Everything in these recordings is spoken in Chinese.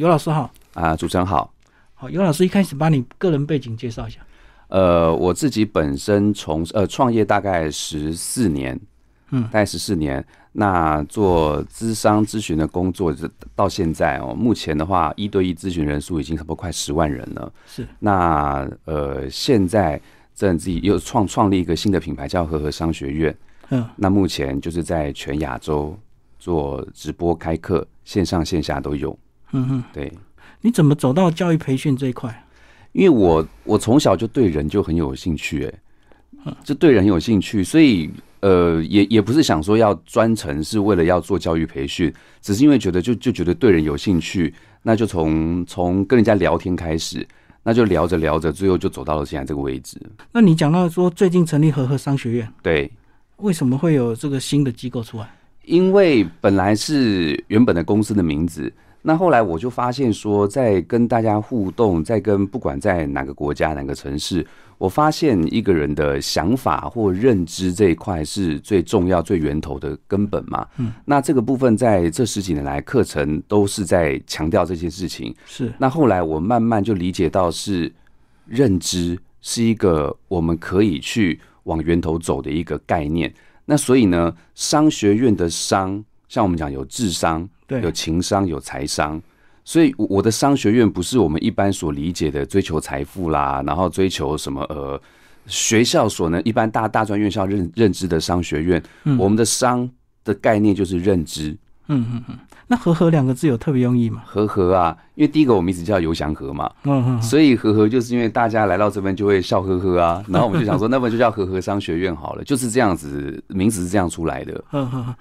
尤老师好，啊，主持人好。好，尤老师一开始把你个人背景介绍一下。呃，我自己本身从呃创业大概十四年，嗯大概十四年。那做咨商咨询的工作，这到现在哦，目前的话，一对一咨询人数已经差不多快十万人了。是，那呃，现在正自己又创创立一个新的品牌，叫和和商学院。嗯，那目前就是在全亚洲做直播开课，线上线下都有。嗯嗯，对，你怎么走到教育培训这一块？因为我我从小就对人就很有兴趣、哎，就对人很有兴趣，所以呃，也也不是想说要专程是为了要做教育培训，只是因为觉得就就觉得对人有兴趣，那就从从跟人家聊天开始，那就聊着聊着，最后就走到了现在这个位置。那你讲到说最近成立和和商学院，对，为什么会有这个新的机构出来？因为本来是原本的公司的名字，那后来我就发现说，在跟大家互动，在跟不管在哪个国家、哪个城市，我发现一个人的想法或认知这一块是最重要、最源头的根本嘛。嗯，那这个部分在这十几年来，课程都是在强调这件事情。是，那后来我慢慢就理解到是认知是一个我们可以去往源头走的一个概念。那所以呢，商学院的商，像我们讲有智商、有对，情商、有财商。所以我，我的商学院不是我们一般所理解的追求财富啦，然后追求什么呃，学校所能一般大大专院校认认知的商学院，嗯我们的商的概念就是认知，嗯嗯嗯。那和和两个字有特别用意吗？和和啊，因为第一个我名字叫游祥和嘛，嗯嗯嗯，所以和和就是因为大家来到这边就会笑呵呵啊，然后我们就想说，那么就叫和和商学院好了，就是这样子，名字是这样出来的。嗯嗯嗯。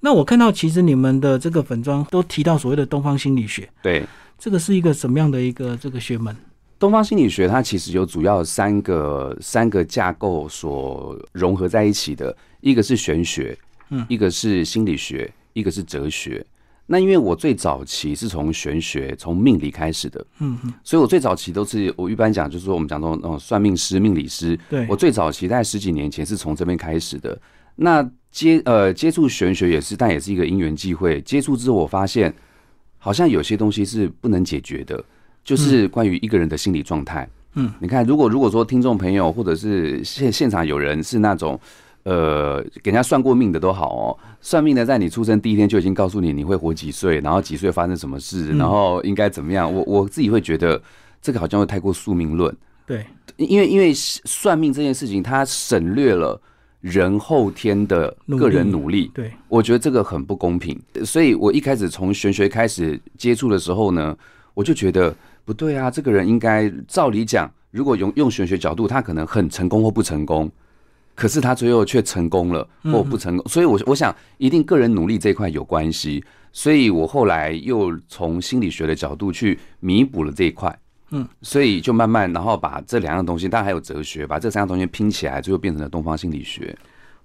那我看到其实你们的这个粉妆都提到所谓的东方心理学，对，这个是一个什么样的一个这个学门？东方心理学它其实有主要三个三个架构所融合在一起的，一个是玄学，嗯一个是心理学，一个是哲学。那因为我最早期是从玄学、从命理开始的，嗯嗯，所以我最早期都是我一般讲，就是说我们讲说那种哦算命师、命理师，对我，最早期在十几年前是从这边开始的。那接呃接触玄学也是，但也是一个因缘际会。接触之后，我发现好像有些东西是不能解决的，就是关于一个人的心理状态。嗯，你看，如果如果说听众朋友或者是现现场有人是那种。呃，给人家算过命的都好哦。算命的在你出生第一天就已经告诉你你会活几岁，然后几岁发生什么事，嗯然后应该怎么样。我我自己会觉得这个好像会太过宿命论。对，因为因为算命这件事情，它省略了人后天的个人努力，对，我觉得这个很不公平。所以我一开始从玄学开始接触的时候呢，我就觉得不对啊，这个人应该照理讲，如果用用玄学角度，他可能很成功或不成功。可是他最后却成功了，或不成功，所以我我想一定个人努力这一块有关系，所以我后来又从心理学的角度去弥补了这一块，嗯，所以就慢慢然后把这两样东西，当然还有哲学，把这三样东西拼起来，最后变成了东方心理学。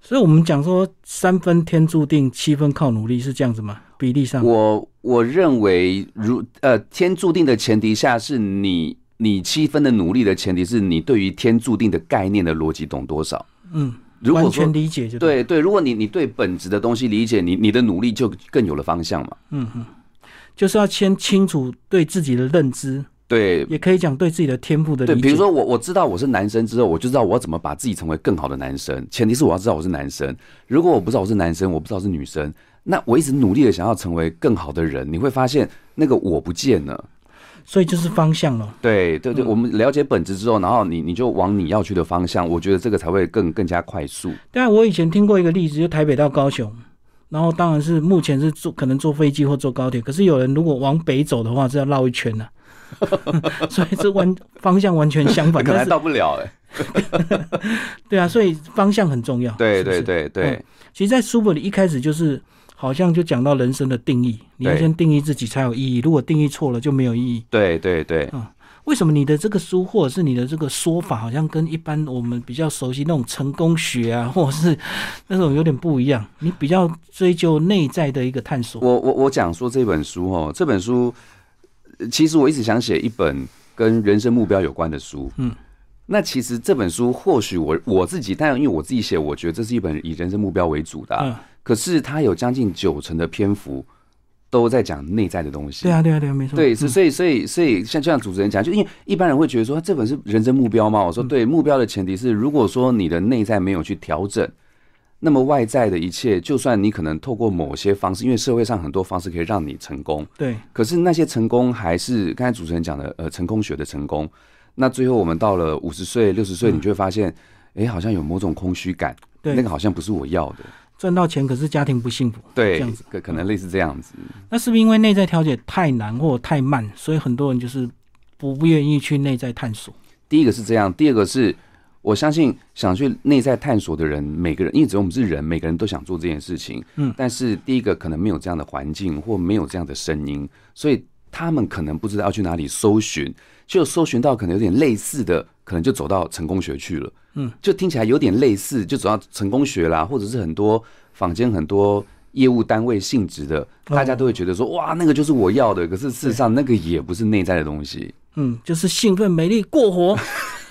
所以我们讲说三分天注定，七分靠努力是这样子吗？比例上，我我认为如呃天注定的前提下，是你你七分的努力的前提是你对于天注定的概念的逻辑懂多少。嗯，如果完说全理解就对对，如果你你对本质的东西理解，你你的努力就更有了方向嘛。就是要先清楚对自己的认知，对也可以讲对自己的天赋的对，理解。比如，说我我知道我是男生之后，我就知道我要怎么把自己成为更好的男生。前提是我要知道我是男生。如果我不知道我是男生，我不知道我是女生，那我一直努力的想要成为更好的人，你会发现那个我不见了。所以就是方向了。对对对，嗯我们了解本质之后，然后你你就往你要去的方向，我觉得这个才会更更加 快速。但我以前听过一个例子，就台北到高雄，然后当然是目前是坐可能坐飞机或坐高铁，可是有人如果往北走的话是要绕一圈 呢、啊，所以这完方向完全相反。可能但还是到不了哎、对啊，所以方向很重要。对 是不是对对对嗯其实，在书本里一开始就是好像就讲到人生的定义，你要对先定义自己才有意义，如果定义错了就没有意义。对对对为什么你的这个书或者是你的这个说法，好像跟一般我们比较熟悉那种成功学啊， 或者是那种有点不一样？你比较追究内在的一个探索。我我我讲说这本书哦，这本书呃其实我一直想写一本跟人生目标有关的书。嗯，那其实这本书或许我我自己，但因为我自己写，我觉得这是一本以人生目标为主的啊、嗯，可是它有将近九成的篇幅都在讲内在的东西。对啊，对啊，对啊，没错。对，是所以所以所以像就像主持人讲，就因为一般人会觉得说，这本是人生目标吗？我说嗯对，目标的前提是，如果说你的内在没有去调整，那么外在的一切，就算你可能透过某些方式，因为社会上很多方式可以让你成功，对可是那些成功还是刚才主持人讲的，呃，成功学的成功。那最后我们到了五十岁、六十岁，你就会发现，哎、好像有某种空虚感，嗯对那个好像不是我要的，赚到钱可是家庭不幸福。对这样子，可可能类似这样子。那是不是因为内在调节太难或太慢，所以很多人就是不不愿意去内在探索？第一个是这样，第二个是我相信想去内在探索的人，每个人，因为只有我们是人，每个人都想做这件事情。嗯但是第一个可能没有这样的环境，或没有这样的声音，所以他们可能不知道要去哪里搜寻，就搜寻到可能有点类似的，可能就走到成功学去了。嗯，就听起来有点类似，就走到成功学啦，或者是很多坊间很多。业务单位性质的，哦大家都会觉得说，哇，那个就是我要的。可是事实上，那个也不是内在的东西。嗯，就是兴奋、美丽、过活，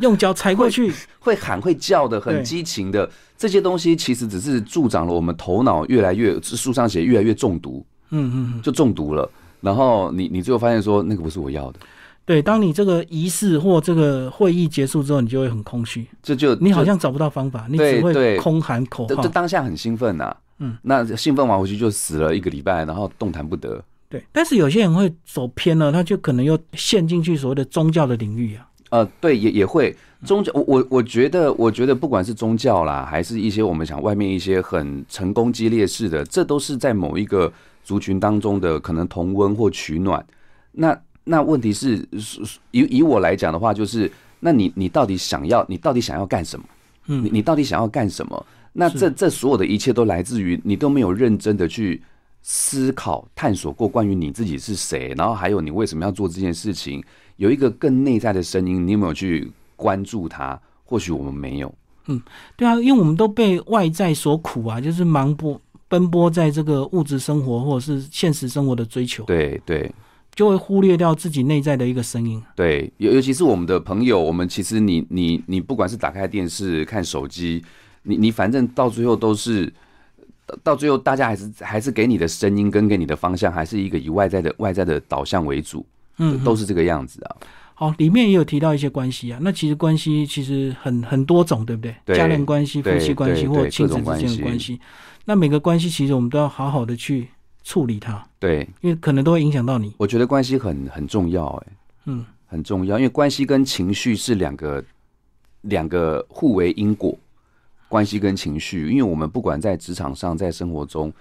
用脚踩过去。会喊会叫的，很对激情的这些东西，其实只是助长了我们头脑越来越书上写越来越中毒，嗯嗯嗯，就中毒了。然后你你最后发现说那个不是我要的，对。当你这个仪式或这个会议结束之后，你就会很空虚，这就你好就像找不到方法，你对只会对空喊口就号就。当下很兴奋呐、啊嗯，那兴奋完回去就死了一个礼拜，然后动弹不得。对，但是有些人会走偏了，他就可能又陷进去所谓的宗教的领域啊。呃，对，也也会宗教，我我我觉得，我觉得不管是宗教啦，还是一些我们想外面一些很成功激烈式的，这都是在某一个族群当中的可能同温或取暖。那那问题是，是是以以我来讲的话，就是那你你到底想要，你到底想要干什么？嗯你你到底想要干什么？那是这这所有的一切都来自于你都没有认真的去思考、探索过关于你自己是谁，然后还有你为什么要做这件事情，有一个更内在的声音，你有没有去关注它？或许我们没有，对啊，因为我们都被外在所苦啊，就是忙不奔波在这个物质生活或者是现实生活的追求，对对就会忽略掉自己内在的一个声音。对，尤尤其是我们的朋友，我们其实你你你不管是打开电视、看手机，你你反正到最后都是。到到最后，大家还是还是给你的声音跟给你的方向，还是一个以外在的外在的导向为主。嗯，都是这个样子啊。好，里面也有提到一些关系啊。那其实关系其实很很多种，对不对？对家人关系、夫对妻关系对或对亲子各之种关间的系关系，那每个关系其实我们都要好好的去处理它，对，因为可能都会影响到你。我觉得关系很很重要、哎，嗯，很重要，因为关系跟情绪是两个两个互为因果，关系跟情绪，因为我们不管在职场上，在生活中，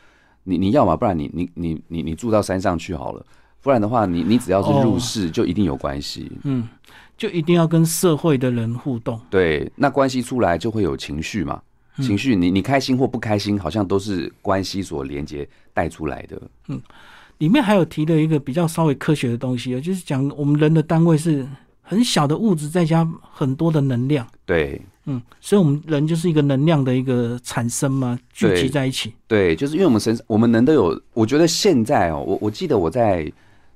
你你要嘛，不然你你你你你住到山上去好了，不然的话，你你只要是哦入世，就一定有关系。嗯，就一定要跟社会的人互动。对，那关系出来就会有情绪嘛。嗯情绪，你你开心或不开心，好像都是关系所连接带出来的。里面还有提了一个比较稍微科学的东西，就是讲我们人的单位是很小的物质，再加很多的能量。对，嗯，所以我们人就是一个能量的一个产生嘛，聚集对在一起。对，就是因为我们身上我们人都有，我觉得现在哦，我我记得我在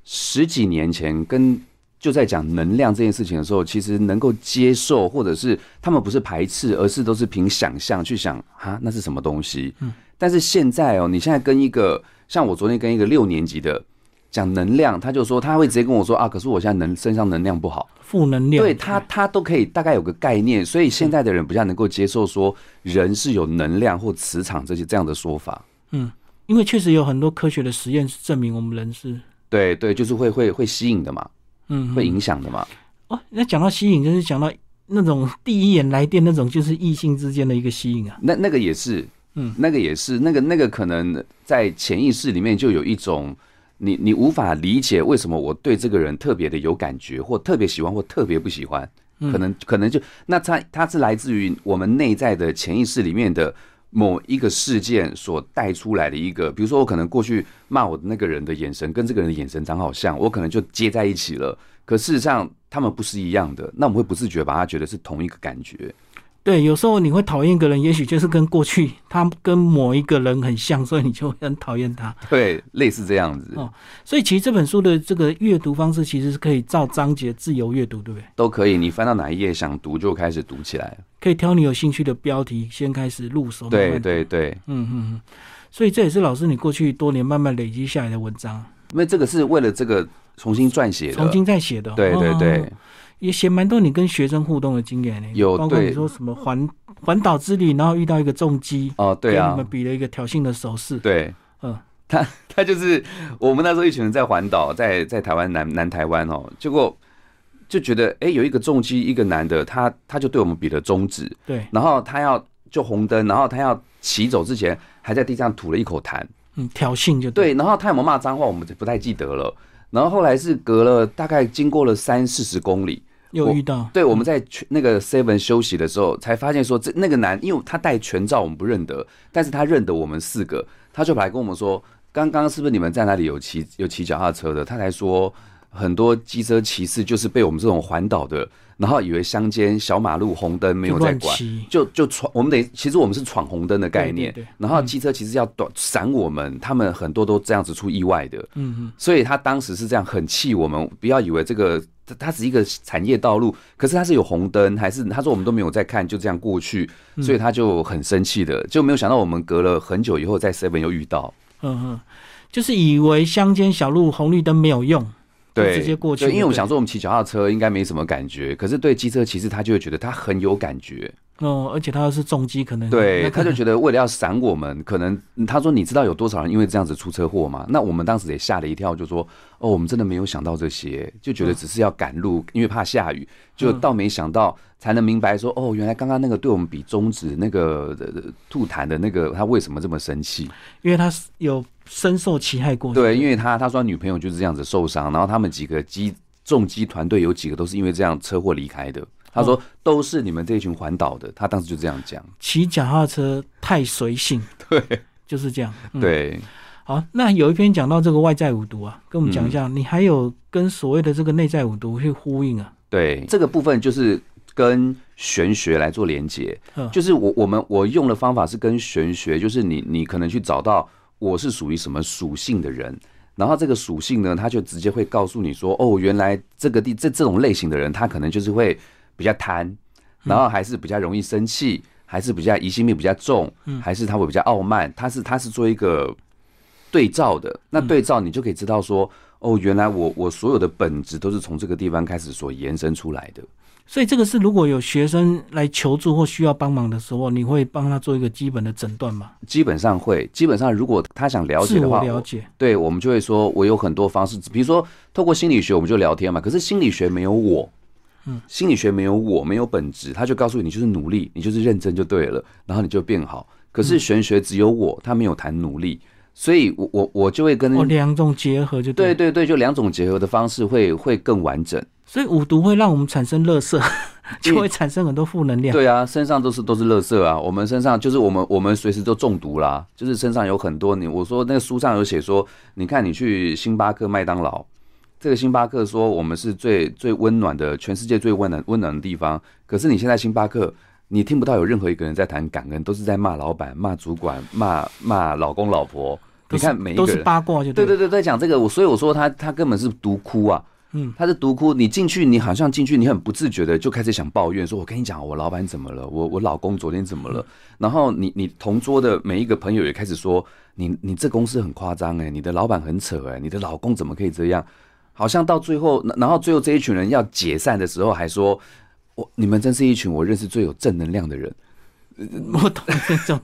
十几年前跟就在讲能量这件事情的时候，其实能够接受或者是他们不是排斥，而是都是凭想象去想啊，那是什么东西？嗯，但是现在哦，你现在跟一个像我昨天跟一个六年级的讲能量，他就说他会直接跟我说啊，可是我现在能身上能量不好。负能量，对啊嗯他，他都可以大概有个概念，所以现在的人比较能够接受说人是有能量或磁场这些这样的说法。因为确实有很多科学的实验是证明我们人是，对对，就是会会会吸引的嘛，嗯，会影响的嘛。哦。那讲到吸引，就是讲到那种第一眼来电那种，就是异性之间的一个吸引啊。那那个也是，嗯，那个也是，那个那个可能在潜意识里面就有一种你你无法理解为什么我对这个人特别的有感觉，或特别喜欢，或特别不喜欢。可能可能就那它它是来自于我们内在的潜意识里面的某一个事件所带出来的一个，比如说我可能过去骂我的那个人的眼神跟这个人的眼神长好像，我可能就接在一起了。可事实上他们不是一样的，那我们会不自觉把它觉得是同一个感觉。对，有时候你会讨厌一个人，也许就是跟过去他跟某一个人很像，所以你就会很讨厌他。对，类似这样子哦所以其实这本书的这个阅读方式，其实是可以照章节自由阅读，对不对？都可以。你翻到哪一页想读就开始读起来。可以挑你有兴趣的标题，先开始入手。慢对慢，对对，嗯嗯嗯。所以这也是老师你过去多年慢慢累积下来的文章啊，因为这个是为了这个重新撰写的。重新再写的哦。对对哦对，也写蛮多你跟学生互动的经验呢，有包括你对说什么环环岛之旅，然后遇到一个重击，哦对给啊你，们比了一个挑衅的手势，对，嗯，他他就是我们那时候一群人在环岛，在在台湾南南台湾哦，结果就觉得哎、诶有一个重击一个男的，他他就对我们比了中指，对，然后他要就红灯，然后他要骑走之前还在地上吐了一口痰，嗯，挑衅就对，对，然后他有没有骂脏话我们不太记得了，然后后来是隔了大概经过了三四十公里，又遇到，对，我们在全那个 Seven 休息的时候，才发现说这那个男，因为他戴全罩，我们不认得，但是他认得我们四个，他就跑来跟我们说，刚刚是不是你们在哪里有骑有骑脚踏车的？他才说很多机车骑士就是被我们这种环岛的，然后以为乡间小马路红灯没就有在乱管。骑，就就闯，我们得其实我们是闯红灯的概念，对对对嗯然后机车其实要短闪我们，他们很多都这样子出意外的，嗯嗯，所以他当时是这样很气我们，不要以为这个它它只是一个产业道路，可是它是有红灯，还是他说我们都没有在看，就这样过去，嗯所以他就很生气的，就没有想到我们隔了很久以后在 Seven 又遇到，嗯嗯，就是以为乡间小路红绿灯没有用，就对，直接过去对因为我对们想说我们骑脚踏车应该没什么感觉，可是对机车骑士他就会觉得他很有感觉，哦，而且他要是重击，可能对， 那他可就能觉得为了要闪我们，可能嗯他说你知道有多少人因为这样子出车祸吗？那我们当时也吓了一跳，就说哦，我们真的没有想到这些，就觉得只是要赶路，因为怕下雨，就嗯倒没想到才能明白说哦，原来刚刚那个对我们比中指那个呃吐痰的那个他为什么这么生气？因为他有深受其害过，对，因为他他说他女朋友就是这样子受伤，然后他们几个机重击团队有几个都是因为这样车祸离开的。他嗯说都是你们这群环岛的，他当时就这样讲。骑脚踏车太随性，对，就是这样，嗯。对，好，那有一篇讲到这个外在五毒啊，跟我们讲一下，你还有跟所谓的这个内在五毒去呼应啊？对，这个部分就是跟玄学来做连接嗯，就是我我们我用的方法是跟玄学，就是你你可能去找到我是属于什么属性的人。然后这个属性呢，它就直接会告诉你说，哦，原来这个地这这种类型的人，他可能就是会比较贪，然后还是比较容易生气，还是比较疑心病比较重，还是他会比较傲慢，他是他是做一个对照的。那对照你就可以知道说，哦，原来我我所有的本质都是从这个地方开始所延伸出来的。所以这个是如果有学生来求助或需要帮忙的时候，你会帮他做一个基本的诊断嘛？基本上会，基本上如果他想了解自的我话，了我解，对我们就会说，我有很多方式，比如说透过心理学，我们就聊天嘛。可是心理学没有我，嗯，心理学没有我，没有本质，他就告诉你，你就是努力，你就是认真就对了，然后你就变好。可嗯是玄学只有我，他没有谈努力，所以我我我就会跟哦，两种结合就对对了。对对，就两种结合的方式会会更完整。所以五毒会让我们产生乐色，就会产生很多负能量。嗯对啊，身上都是都是垃圾啊，我们身上就是我们我们随时都中毒啦，就是身上有很多你我说那个书上有写说，你看你去星巴克、麦当劳，这个星巴克说我们是最最温暖的，全世界最温暖温暖的地方，可是你现在星巴克。你听不到有任何一个人在谈感恩，都是在骂老板、骂主管、骂骂老公老婆。都你是看每一个都是人，八卦就对对对了对，在讲这个，我所以我说他他根本是毒窟啊，嗯，他是毒窟。你进去，你好像进去，你很不自觉的就开始想抱怨，说我跟你讲，我老板怎么了，我我老公昨天怎么嗯了，然后你你同桌的每一个朋友也开始说，你你这公司很夸张哎，你的老板很扯哎、你的老公怎么可以这样？好像到最后，然然后最后这一群人要解散的时候，还说我你们真是一群我认识最有正能量的人。我懂这 种，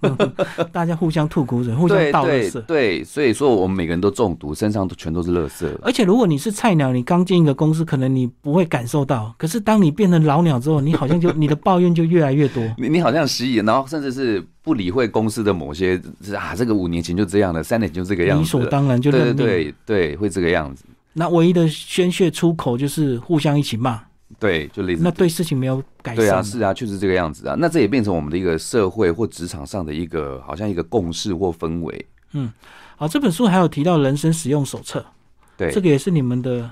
大家互相吐苦水，互相对倒乐对色。对，所以说我们每个人都中毒，身上都全都是垃圾。而且如果你是菜鸟，你刚进一个公司，可能你不会感受到。可是当你变成老鸟之后，你好像就你的抱怨就越来越 多。你你好像失忆，然后甚至是不理会公司的某些是啊，这个五年前就这样了，三年前就这个样子了，理所当然就认命。对对对对，会这个样子，那唯一的宣泄出口就是互相一起骂，对，就类似那对事情没有改善。对啊，是啊，确实这个样子啊。那这也变成我们的一个社会或职场上的一个好像一个共识或氛围，好，这本书还有提到人生使用手册，对这个也是你们的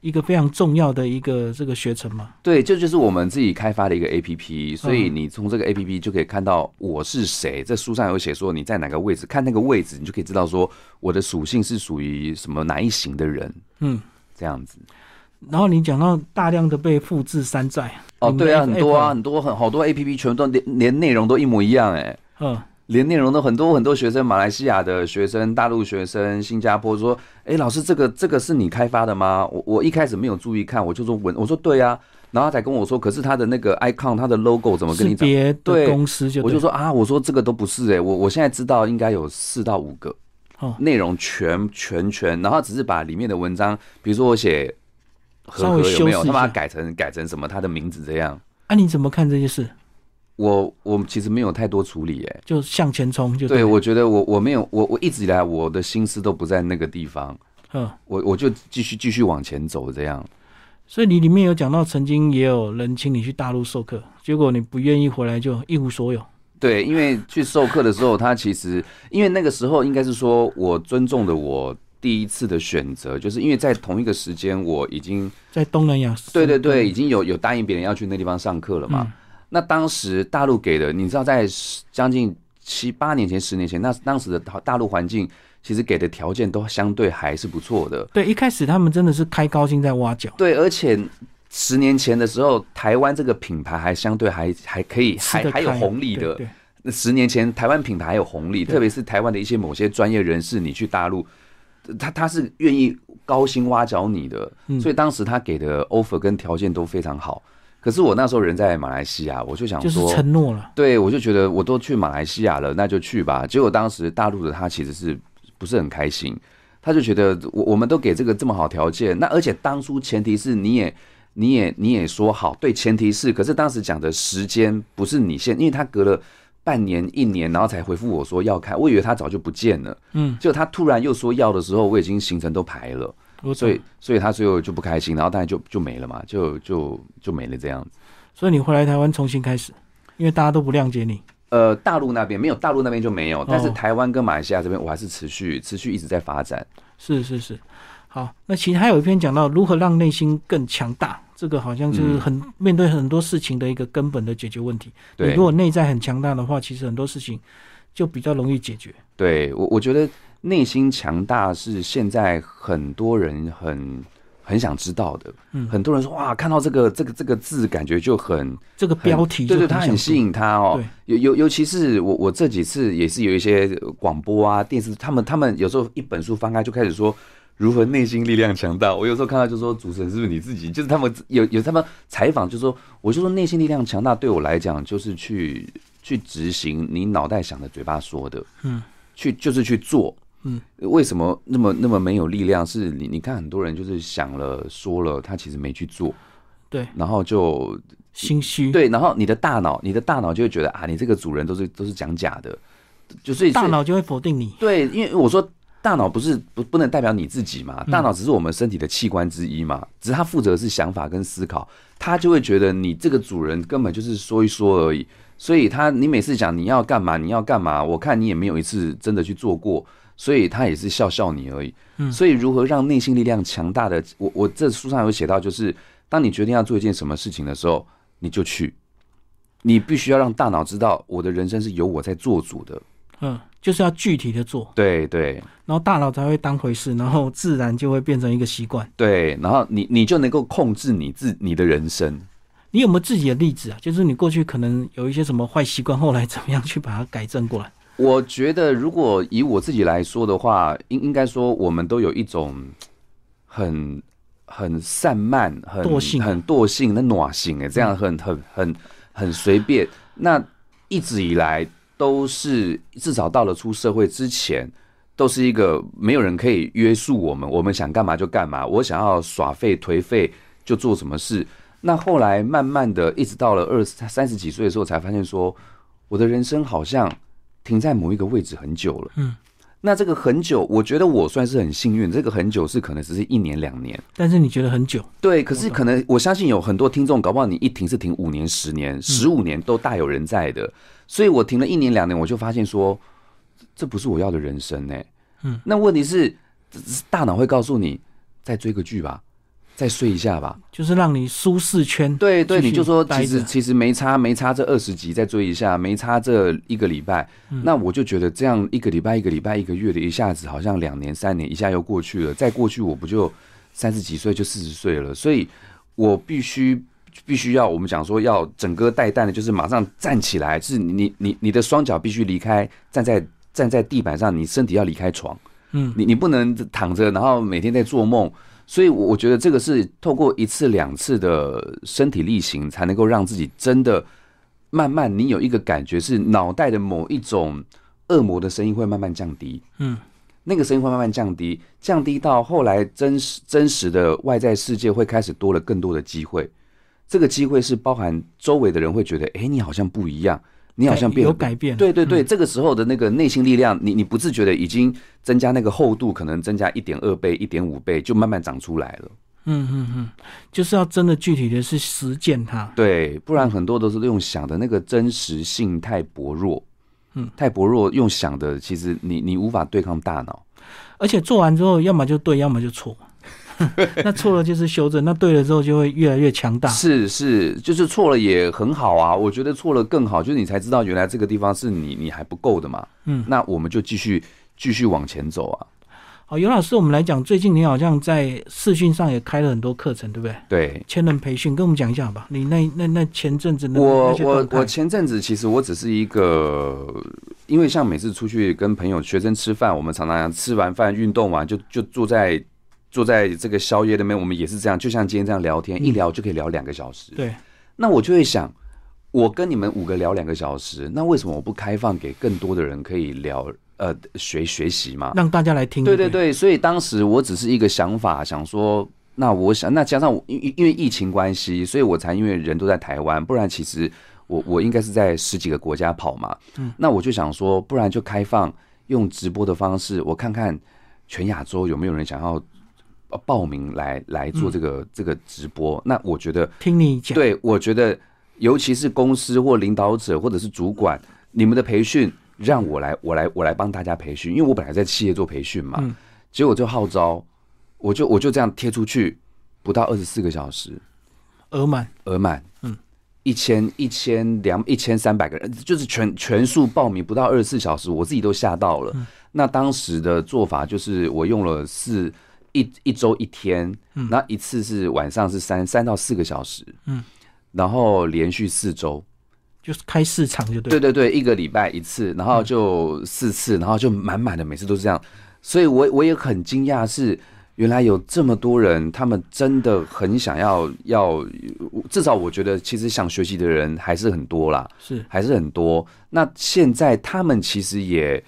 一个非常重要的一个这个学程嘛。对，这就是我们自己开发的一个 A P P，所嗯以你从这个 A P P 就可以看到我是谁。这书上有写说你在哪个位置，看那个位置，你就可以知道说我的属性是属于什么哪一型的人，嗯，这样子。然后你讲到大量的被复制山寨，哦，你们对啊，的很多 app 啊，很多很好多 A P P 全部都连连内容都一模一样哎、嗯，连内容都很多很多学生，马来西亚的学生、大陆学生、新加坡说：“哎，老师，这个这个是你开发的吗？”我我一开始没有注意看，我就说文，我说对啊，然后他才跟我说，可是他的那个 icon，他的 logo 怎么跟是你讲？别的对公司就我就对说啊，我说这个都不是哎、我我现在知道应该有四到五个哦，内容全全全，然后只是把里面的文章，比如说我写合稍格微有没有，修饰一他把它下改成改成什么他的名字这样，啊，你怎么看这些事？我我其实没有太多处理哎、就向前冲就对，了我觉得我我没有我我一直以来我的心思都不在那个地方，嗯，我我就继续继续往前走这样。所以你里面有讲到，曾经也有人请你去大陆授课，结果你不愿意回来，就一无所有。对，因为去授课的时候，他其实因为那个时候应该是说我尊重的我第一次的选择，就是因为在同一个时间我已经在东南亚，对对对，已经有有答应别人要去那地方上课了嘛。那当时大陆给的，你知道，在十将近七八年前、十年前，那当时的大大陆环境其实给的条件都相对还是不错的。对，一开始他们真的是开高薪在挖角，对，而且十年前的时候，台湾这个品牌还相对还还可以，吃还得还有开啊红利对的。对那十年前台湾品牌还有红利，对特别是台湾的一些某些专业人士，你去大陆，他他是愿意高薪挖角你的，嗯所以当时他给的 offer 跟条件都非常好。可是我那时候人在马来西亚，我就想就是说，承诺了。对我就觉得我都去马来西亚了，那就去吧。结果当时大陆的他其实是不是很开心，他就觉得我我们都给这个这么好条件，那而且当初前提是你也你也你也说好，对，前提是，可是当时讲的时间不是你现，因为他隔了半年一年，然后才回复我说要开，我以为他早就不见了，嗯，结果他突然又说要的时候，我已经行程都排了，我所所以所以他最后就不开心，然后当然就就没了嘛，就就就没了这样子。所以你回来台湾重新开始，因为大家都不谅解你。呃，大陆那边没有，大陆那边就没哦有，但是台湾跟马来西亚这边，我还是持续持续一直在发展。是是是，好，那其实还有一篇讲到如何让内心更强大，这个好像就是嗯很、面对很多事情的一个根本的解决问题。你对如，果内在很强大的话，其实很多事情就比较容易解决。对我我觉得内心强大是现在很多人很很想知道的。嗯很多人说哇，看到这个这个这个字，感觉就很这个很标题对就对，它很想吸引他哦对。尤尤尤其是我我这几次也是有一些广播啊、电视，他们他们有时候一本书翻开就开始说。如何内心力量强大？我有时候看到就说，主持人是不是你自己？就是他们有有他们采访就说，我就说内心力量强大对我来讲就是去去执行你脑袋想的，嘴巴说的，嗯，去就是去做，嗯。为什么那么那么没有力量？是你你看很多人就是想了说了，他其实没去做，对然后就心虚，，对，然后你的大脑，你的大脑就会觉得啊，你这个主人都是都是讲假的，就是大脑就会否定你。对，因为我说大脑不是不不能代表你自己嘛，大脑只是我们身体的器官之一嘛，只是它负责的是想法跟思考，它就会觉得你这个主人根本就是说一说而已，所以他你每次讲你要干嘛你要干嘛，我看你也没有一次真的去做过。所以他也是笑笑你而已。嗯所以如何让内心力量强大的，我我这书上有写到，就是当你决定要做一件什么事情的时候，你就去，你必须要让大脑知道，我的人生是由我在做主的。嗯，就是要具体的做，对对，然后大脑才会当回事，然后自然就会变成一个习惯。对，然后你你就能够控制你自你的人生。你有没有自己的例子啊？就是你过去可能有一些什么坏习惯，后来怎么样去把它改正过来？我觉得，如果以我自己来说的话，应应该说我们都有一种很很散漫、很惰性嗯很惰性、那暖性哎，这样很很很很随便。那一直以来都是，至少到了出社会之前，都是一个没有人可以约束我们，我们想干嘛就干嘛，我想要耍废颓废就做什么事。那后来慢慢的，一直到了二十三十几岁的时候，才发现说，我的人生好像停在某一个位置很久了。嗯，那这个很久，我觉得我算是很幸运，这个很久是可能只是一年两年。但是你觉得很久，对，可是可能我相信有很多听众，搞不好你一停是停五年、十嗯年、十五年都大有人在的。所以我停了一年两年，我就发现说，这不是我要的人生呢、嗯，那问题是，大脑会告诉你，再追个剧吧，再睡一下吧。就是让你舒适圈。对对，嗯继续你就说待其实着其实没差没差这二十集再追一下，没差这一个礼拜，嗯那我就觉得这样一个礼拜一个礼拜一个月的，一下子好像两年三年一下又过去了，再过去我不就三十几岁就四十岁了，所以我必须必须要我们讲说要整个带弹的，就是马上站起来，是你你你你的双脚必须离开，站在站在地板上，你身体要离开床，嗯，你你不能躺着，然后每天在做梦。所以，我我觉得这个是透过一次两次的身体力行，才能够让自己真的慢慢，你有一个感觉是脑袋的某一种恶魔的声音会慢慢降低，嗯，那个声音会慢慢降低，降低到后来真实真实的外在世界会开始多了更多的机会，这个机会是包含周围的人会觉得，哎、你好像不一样，你好像变有得改变，对对对，这个时候的那个内心力量，你你不自觉的已经增加那个厚度，可能增加一点二倍、一点五倍，就慢慢长出来了。嗯嗯嗯，就是要真的具体的是实践它，对，不然很多都是用想的，那个真实性太薄弱，嗯，太薄弱，用想的，其实你你无法对抗大脑。而且做完之后，要么就对，要么就错。 那错了就是修正，那对了之后就会越来越强大。是是，就是错了也很好啊，我觉得错了更好，就是你才知道原来这个地方是你你还不够的嘛。嗯，那我们就继续继续往前走啊。好，哦尤老师，我们来讲，最近你好像在视讯上也开了很多课程，对不对？对，千人培训，跟我们讲一下吧。你那那那前阵子的我那些我动态我前阵子其实我只是一个，因为像每次出去跟朋友学生吃饭，我们常常吃完饭运动完就就坐在坐在这个宵夜那边，我们也是这样，就像今天这样聊天，一聊就可以聊两个小时。嗯对，那我就会想，我跟你们五个聊两个小时，那为什么我不开放给更多的人可以聊呃学学习嘛？让大家来听。对对，对，所以当时我只是一个想法，想说，那我想，那加上我因因因为疫情关系，所以我才因为人都在台湾，不然其实我我应该是在十几个国家跑嘛。嗯，那我就想说，不然就开放用直播的方式，我看看全亚洲有没有人想要呃报名来来做这个、这个直播。那我觉得听你讲。对，我觉得尤其是公司或领导者或者是主管，你们的培训让我来，我来，我来帮大家培训，因为我本来在企业做培训嘛，嗯结果就号召，我就我就这样贴出去，不到二十四个小时，额满额满，嗯嗯，一千一千两一千三百个人，就是全全数报名，不到二十四小时，我自己都吓到了。那当时的做法就是，我用了四一一周一天，嗯那一次是晚上是三三到四个小时，嗯嗯，然后连续四周，就是开市场就对。对对对，一个礼拜一次，然后就四次，然后就满满的，每次都是这样。所以我我也很惊讶，是原来有这么多人，他们真的很想要要，至少我觉得其实想学习的人还是很多啦，是还是很多。那现在他们其实也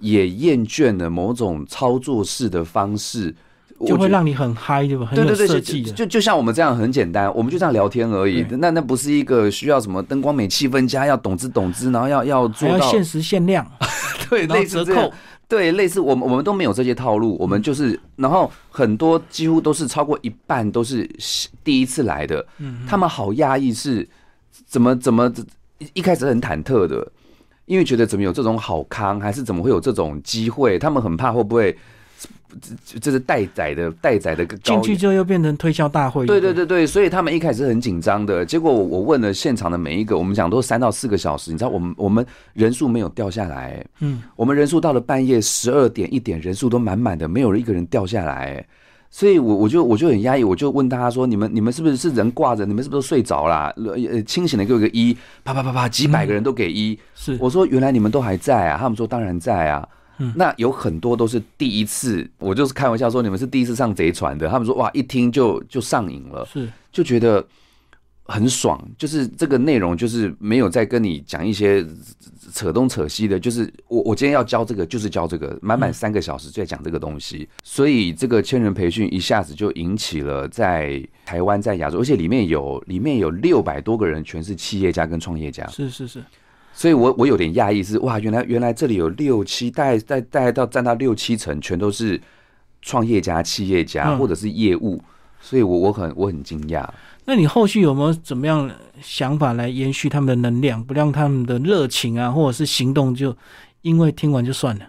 也厌倦了某种操作式的方式，我就觉会得让你很嗨，对吧？很对有对对，设就计就的。就就像我们这样很简单，我们就这样聊天而已。对那那不是一个需要什么灯光美、气氛佳，要懂之懂之，然后要要还做要到啊限时限量， 对然后类似折这样扣，对类似我们我们都没有这些套路，我们就是然后很多几乎都是超过一半都是第一次来的，嗯他们好压抑是怎么怎么一一开始很忐忑的，因为觉得怎么有这种好康，还是怎么会有这种机会，他们很怕会不会这这是待宰的待宰的高进去之后又变成推销大会。对对，对对，所以他们一开始很紧张的。结果我问了现场的每一个，我们讲都三到四个小时，你知道我们我们人数没有掉下来、欸嗯，我们人数到了半夜十二点一点，人数都满满的，没有一个人掉下来、欸所以我我就我就很压抑，我就问大家说：你们你们是不是是人挂着？你们是不是都睡着啦？呃呃，清醒的给我个一，啪啪啪啪，几百个人都给一、是我说原来你们都还在啊，他们说当然在啊。嗯那有很多都是第一次，我就是开玩笑说你们是第一次上贼船的，他们说哇一听就就上瘾了，是，就觉得很爽，就是这个内容就是没有在跟你讲一些扯东扯西的，就是我我今天要教这个就是教这个，满满三个小时就在讲这个东西，所以这个千人培训一下子就引起了在台湾在亚洲，而且里面有里面有六百多个人全是企业家跟创业家，是是是，所以我我有点讶异是哇，原来原来这里有六七，大概大概大概到占到六七成，全都是创业家、企业家、嗯或者是业务，所以我我很我很惊讶。那你后续有没有怎么样想法来延续他们的能量，不让他们的热情啊，或者是行动就因为听完就算了？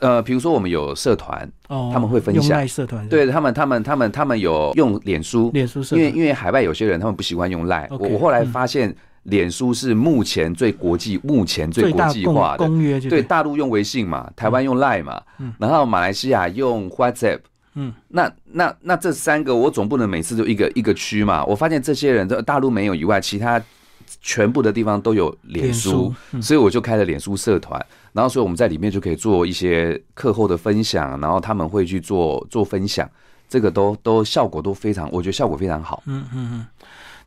呃，比如说我们有社团，哦，他们会分享用赖社团，，对他们他们他们他们有用脸书，嗯脸书社因为团，嗯因为海外有些人他们不习惯用赖，我 OK，我后来发现脸书是目前最国际，目前最国大际化公的。公约就嗯对，大陆用微信嘛，台湾用 Line 嘛，然后马来西亚用 WhatsApp，嗯，那那那这三个，我总不能每次就一个一个区嘛。我发现这些人，这大陆没有以外，其他全部的地方都有脸书，嗯所以我就开了脸书社团。然后，所以我们在里面就可以做一些课后的分享，然后他们会去做做分享，这个都都效果都非常，我觉得效果非常好。嗯嗯嗯。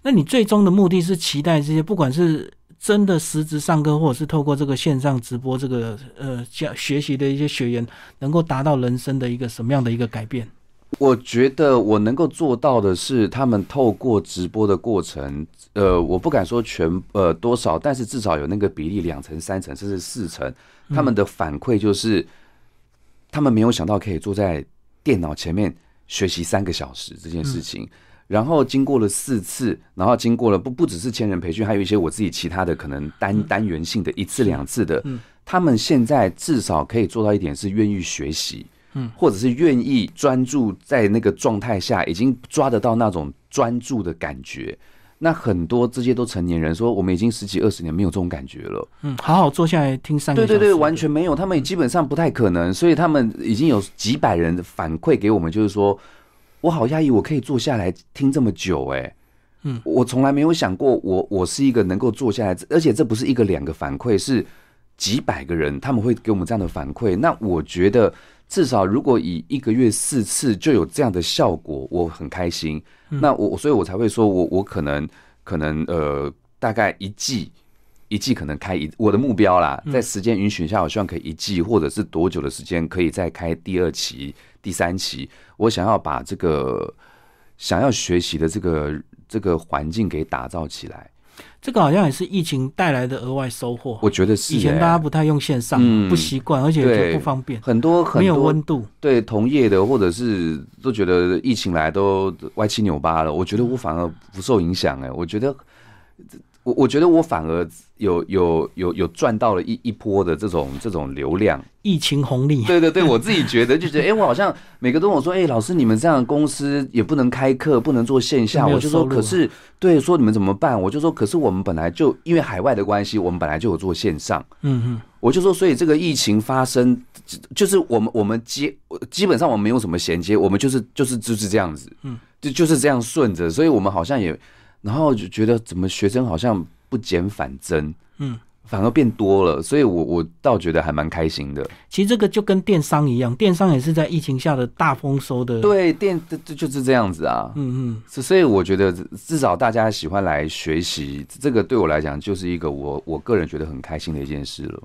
那你最终的目的是期待这些，不管是真的实质上课，或者是透过这个线上直播这个呃教学习的一些学员，能够达到人生的一个什么样的一个改变？我觉得我能够做到的是，他们透过直播的过程，呃，我不敢说全呃多少，但是至少有那个比例两成、三成，甚至四成，他们的反馈就是，他们没有想到可以坐在电脑前面学习三个小时这件事情。然后经过了四次，然后经过了不不只是千人培训，还有一些我自己其他的可能单单元性的一次两次的，他们现在至少可以做到一点是愿意学习，嗯，或者是愿意专注在那个状态下，已经抓得到那种专注的感觉。那很多这些都成年人说，我们已经十几二十年没有这种感觉了。嗯，好好坐下来听三个对小时。对对，完全没有，他们也基本上不太可能，所以他们已经有几百人反馈给我们，就是说我好压抑，我可以坐下来听这么久、哎，嗯，我从来没有想过我，我是一个能够坐下来，而且这不是一个两个反馈，是几百个人他们会给我们这样的反馈，那我觉得至少如果以一个月四次就有这样的效果，我很开心。嗯那我所以，我才会说我我可能可能呃，大概一季一季可能开一我的目标啦，嗯在时间允许下，我希望可以一季或者是多久的时间可以再开第二期、第三期。我想要把这个想要学习的这个这个环境给打造起来，这个好像也是疫情带来的额外收获。我觉得是、欸、以前大家不太用线上，嗯不习惯，而且对就不方便，很多很没有多温度。对同业的，或者是都觉得疫情来都歪七扭八了，我觉得我反而不受影响哎、我觉得我我觉得我反而有有有有赚到了一一波的这种这种流量，疫情红利， 对对对，我自己觉得就 觉得哎、我好像每个都跟我说哎、老师你们这样的公司也不能开课，不能做线下，就没有我就说收入啊可是对说你们怎么办？我就说可是我们本来就因为海外的关系，我们本来就有做线上。嗯嗯，我就说，所以这个疫情发生，就就是我们我们接基本上我们没有什么衔接，我们就是就是就是这样子，嗯，就就是这样顺着，所以我们好像也，然后就觉得怎么学生好像不减反增，嗯，反而变多了，所以我我倒觉得还蛮开心的。其实这个就跟电商一样，电商也是在疫情下的大丰收的。，对，电就就就是这样子啊，嗯嗯，所所以我觉得至少大家喜欢来学习，这个对我来讲就是一个我我个人觉得很开心的一件事了。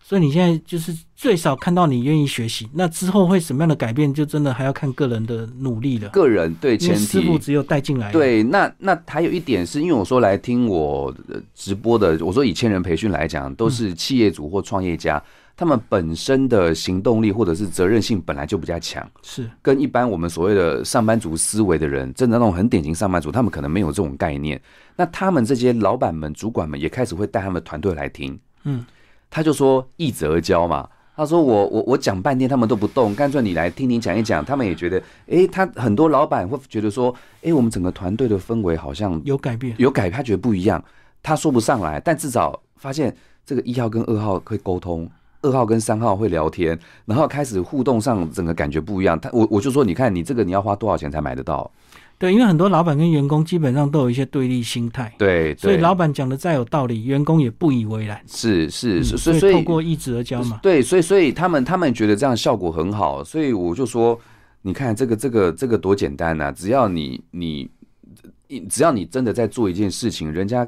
所以你现在就是最少看到你愿意学习，那之后会什么样的改变，就真的还要看个人的努力了。个人对因前为提师傅只有带进来，，对，那那还有一点是因为我说来听我呃直播的，我说以千人培训来讲，都是企业主或创业家，他们本身的行动力或者是责任性本来就比较强，是跟一般我们所谓的上班族思维的人，真的那种很典型上班族，他们可能没有这种概念。那他们这些老板们、主管们也开始会带他们的团队来听，嗯，他就说一则教嘛。他说我我我讲半天他们都不动，干脆你来听你讲一讲，他们也觉得，诶，他很多老板会觉得说，诶，我们整个团队的氛围好像有改变。有改，他觉得不一样，他说不上来，但至少发现这个一号跟二号会沟通，二号跟三号会聊天，然后开始互动上整个感觉不一样。他我我就说，你看你这个你要花多少钱才买得到？对，因为很多老板跟员工基本上都有一些对立心态，对，所以对老板讲的再有道理，员工也不以为然。是是，嗯所所以所透以过一直而教嘛，对，所以所以他们他们觉得这样效果很好，所以我就说，你看这个这个这个多简单呐、只要你你你只要你真的在做一件事情，人家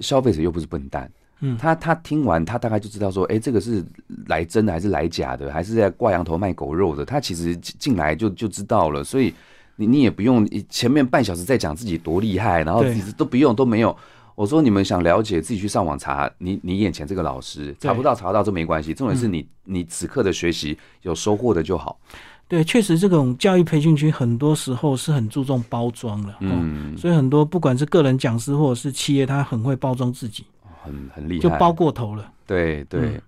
消费者又不是笨蛋。嗯他他听完，他大概就知道说，哎、这个是来真的还是来假的，还是在挂羊头卖狗肉的。他其实进进来就就知道了，所以你你也不用前面半小时在讲自己多厉害，然后对自己都不用都没有。我说你们想了解，自己去上网查你你眼前这个老师，对嗯查不到查到这没关系，重点是你你此刻的学习有收获的就好。对，确实这种教育培训区很多时候是很注重包装了，嗯，嗯，所以很多不管是个人讲师或者是企业，他很会包装自己，很很厉害，就包过头了。对对，嗯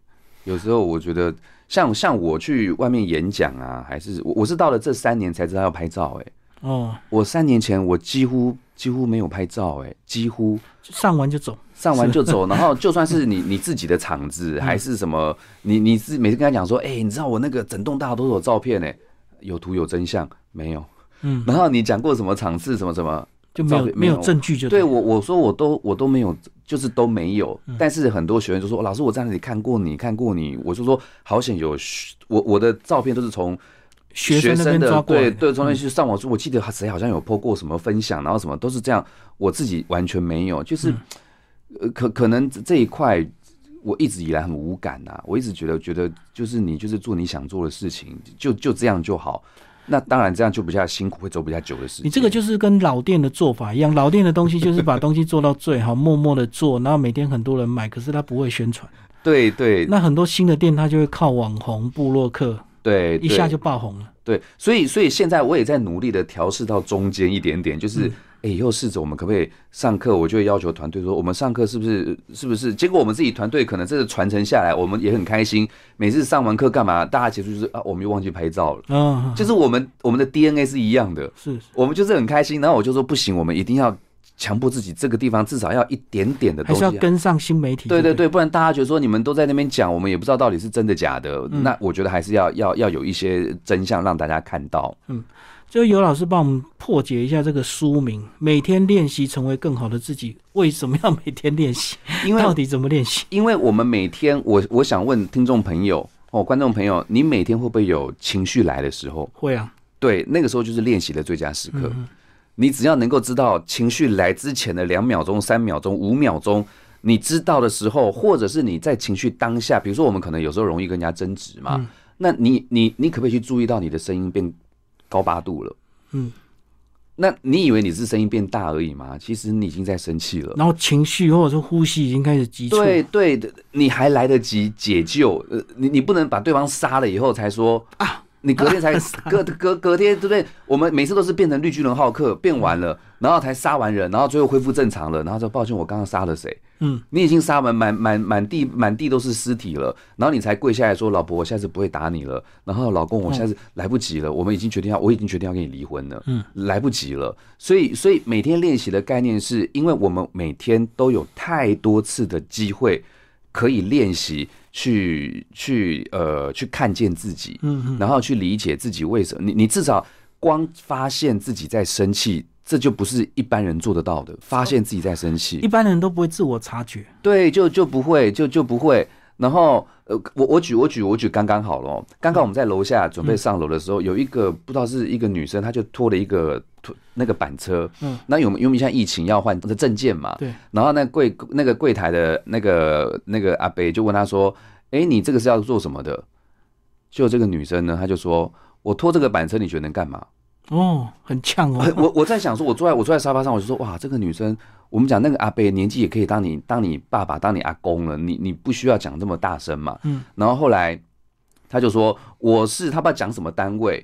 有时候我觉得像像我去外面演讲啊，还是我我是到了这三年才知道要拍照、欸，哦，我三年前我几乎几乎没有拍照、欸，几乎就上完就走，上完就走，然后就算是你 你自己的场嗯子还是什么，你你是每次跟他讲说，哎、你知道我那个整栋大楼都有照片呢、有图有真相没有？嗯，然后你讲过什么场次什么什么？就没有照片没没有有证据就对了我我说我都我都没有，就是都没有。嗯但是很多学员就说，老师我在那里看过你，看过你。我就说好险有学我我的照片都是从学生那生边的抓过来对的嗯对，从那去上网说，我记得谁好像有 po 过什么分享，然后什么都是这样，我自己完全没有，就是、嗯呃可可能这一块。我一直以来很无感呐、我一直觉得觉得就是你就是做你想做的事情，就就这样就好。那当然这样就比较辛苦，会走比较久的时间。你这个就是跟老店的做法一样，老店的东西就是把东西做到最好， 默默的做，然后每天很多人买，可是他不会宣传。对对那很多新的店，他就会靠网红、部落客，对，一下对就爆红了。对，所以所以现在我也在努力的调试到中间一点点，就是。嗯哎，以后试着我们可不可以上课？我就会要求团队说，我们上课是不是是不是？结果我们自己团队可能这个传承下来，我们也很开心。每次上完课干嘛？大家结束就是啊，我们又忘记拍照了。嗯，就是我们我们的 DNA 是一样的，是是我们就是很开心。然后我就说不行，我们一定要强迫自己，这个地方至少要一点点的还东西是要啊。跟上新媒体。对对对对，不然大家觉得说你们都在那边讲，我们也不知道到底是真的假的。嗯那我觉得还是要要要有一些真相让大家看到。不对，就有老师帮我们破解一下这个书名，每天练习成为更好的自己。为什么要每天练习？ 因为到底怎么练习？因为我们每天，我我想问听众朋友哦，观众朋友，你每天会不会有情绪来的时候？会啊，对，那个时候就是练习的最佳时嗯刻。你只要能够知道情绪来之前的两秒钟、三秒钟、五秒钟，你知道的时候，或者是你在情绪当下，比如说我们可能有时候容易跟人家争执嘛，嗯那你你你可不可以去注意到你的声音变高八度了？嗯，那你以为你是声音变大而已吗？其实你已经在生气了。然后情绪或者说呼吸已经开始急促。对对的，你还来得及解救，呃，你你不能把对方杀了以后才说啊，你隔天才、 隔隔隔天对不对？我们每次都是变成绿巨人浩克，变完了，然后才杀完人，然后最后恢复正常了，然后说抱歉，我刚刚杀了谁？嗯，你已经杀完满满满地满地都是尸体了，然后你才跪下来说老婆，我下次不会打你了，然后老公，我下次来不及了，我们已经决定要，我已经决定要跟你离婚了，嗯，来不及了。所以，所以每天练习的概念是，因为我们每天都有太多次的机会可以练习去去呃去看见自己，嗯，然后去理解自己为什么你你至少光发现自己在生气，这就不是一般人做得到的，发现自己在生气一，般人都不会自我察觉。对，就就不会，就就不会。然后，呃，我我举我举我举刚刚好了、哦。刚刚我们在楼下准嗯备上楼的时候，有一个不知道是一个女生，她就拖了一个拖那个板车。嗯，那因为我们因为现在疫情要换这证件嘛，对，然后那柜那个柜台的那个那个阿伯就问她说：“哎，你这个是要做什么的？”就这个女生呢，她就说：“我拖这个板车，你觉得能干嘛？”哦，很呛 哦。呃我我在想说，我坐在我坐在沙发上，我就说哇，这个女生，我们讲那个阿伯年纪也可以当你当你爸爸当你阿公了，你你不需要讲这么大声嘛。嗯。然后后来他就说我是他不知道讲什么单位，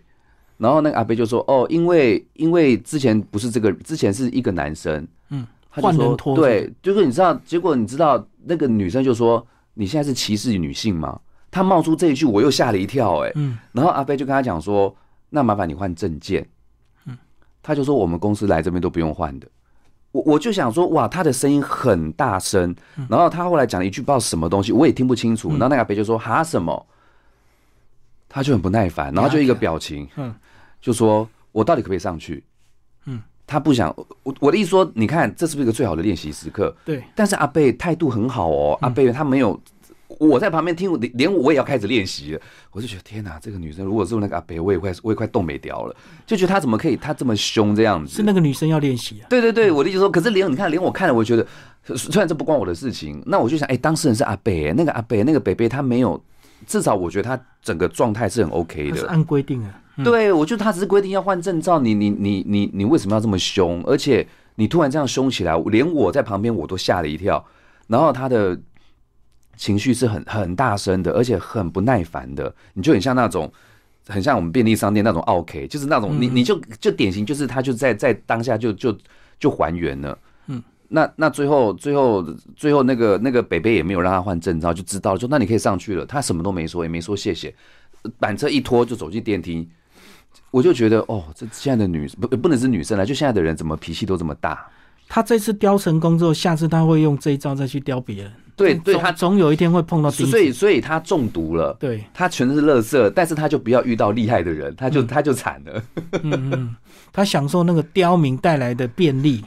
然后那个阿伯就说哦，因为因为之前不是这个，之前是一个男生，嗯，他就换人说拖对，结果你知道，结果你知道那个女生就说你现在是歧视女性吗？他冒出这一句，我又吓了一跳、哎，嗯，然后阿飞就跟他讲说：“那麻烦你换证件。”他就说：“我们公司来这边都不用换的。”我我就想说，哇，他的声音很大声，然后他后来讲了一句不知道什么东西，我也听不清楚。然后那个阿伯就说：“哈什么？”他就很不耐烦，然后就一个表情，嗯，就说：“我到底可不可以上去？”嗯，他不想我我的意思说，你看，这是不是一个最好的练习时刻？对，但是阿贝态度很好哦，阿贝他没有，我在旁边听，连连我也要开始练习了。我就觉得天哪，这个女生如果是那个阿贝，我也快我也快冻没掉了，就觉得她怎么可以她这么凶这样是子？那个女生要练习啊。对对对，我的意思说，可是连你看，连我看了，我觉得虽然这不关我的事情，那我就想，哎、当事人是阿贝、那个阿贝，那个北北他没有，至少我觉得他整个状态是很 OK 他是的。按规定啊，对，我就他只是规定要换证照，你你你你你为什么要这么凶？而且你突然这样凶起来，连我在旁边我都吓了一跳。然后他的情绪是很很大声的，而且很不耐烦的，你就很像那种。很像我们便利商店那种 OK，就是那种你你就就典型就是他就在在当下就就就还原了，嗯，那那最后最后最后那个那个北北也没有让他换证照，就知道了，就那你可以上去了，他什么都没说，也没说谢谢，板车一拖就走进电梯，我就觉得哦，这现在的女不不能是女生了，就现在的人怎么脾气都这么大？他这次雕成功之后，下次他会用这一招再去雕别人。对总对，他总有一天会碰到钉所以子。所以他中毒了。对，他全是垃圾，但是他就不要遇到厉害的人，他就、他就惨了。 嗯嗯，他享受那个刁民带来的便利。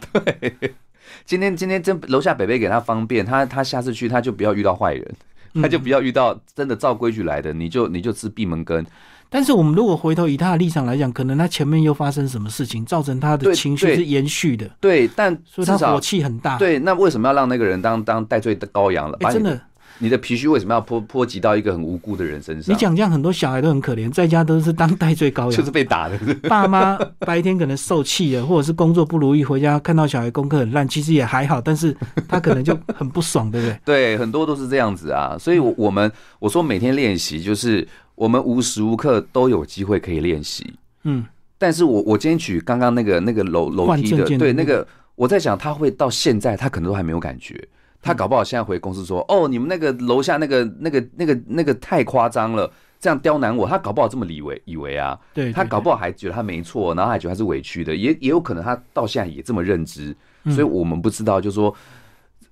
今天今天真楼下北北给他方便，他他下次去他就不要遇到坏人，嗯他就不要遇到真的照规矩来的，你就你就吃闭门羹。但是我们如果回头以他的立场来讲，可能他前面又发生什么事情，造成他的对情绪对是延续的，对，但所至以他少火气很大。，对，那为什么要让那个人当当戴罪的羔羊了？把哎，你真的，你的脾虚为什么要波波及到一个很无辜的人身上？你讲这样，很多小孩都很可怜，在家都是当代罪 羔就羊。是被打的，爸妈白天可能受气了，或者是工作不如意，回家看到小孩功课很烂，其实也还好，但是他可能就很不爽，对不 对？对，很多都是这样子啊。所以嗯我，我们我说每天练习，就是我们无时无刻都有机会可以练习。嗯，但是我我今天举刚刚那个那个楼楼换梯证的，件的对那那个个，我在想他会到现在，他可能都还没有感觉。嗯他搞不好现在回公司说：“哦，你们那个楼下那个那个那个那个太夸张了，这样刁难我。”他搞不好这么以为以为啊，对他搞不好还觉得他没错，然后还觉得他是委屈的，也也有可能他到现在也这么认知，嗯所以我们不知道，就是说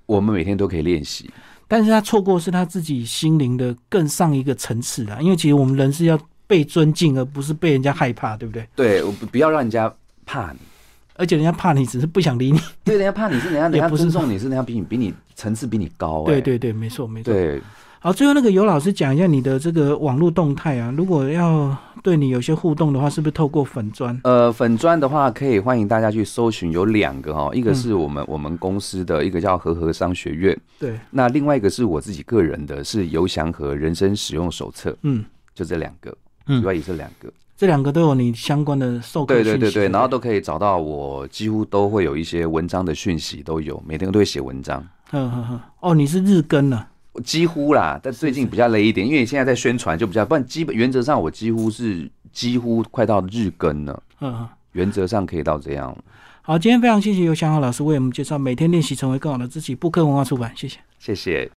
我们每天都可以练习。但是他错过是他自己心灵的更上一个层次啦，因为其实我们人是要被尊敬，而不是被人家害怕，对不对？对，我不不要让人家怕你。而且人家怕你，只是不想理你。对，人家怕你是人家，人也家不是尊重你是人家比你比你层次比你高、哎，对对对，没错没错。对，好，最后那个尤老师讲一下你的这个网络动态啊，如果要对你有些互动的话，是不是透过粉砖？呃，粉砖的话可以欢迎大家去搜寻，有两个哈、哦，一个嗯是我们、我们公司的一个叫和和商学院，对，那另外一个是我自己个人的，是游祥和人生使用手册，嗯，就这两个，嗯主要也是两个。这两个都有你相关的授课对讯息。对对不对，然后都可以找到我，几乎都会有一些文章的讯息都有，每天都会写文章，呵呵呵，哦，你是日更呢、几乎啦，但最近比较累一点，因为现在在宣传就比较，不然基本原则上我几乎是几乎快到日更了，啊，嗯。原则上可以到这样。好，今天非常谢谢尤祥浩老师为我们介绍《每天练习成为更好的自己》，布克文化出版，谢谢。谢谢。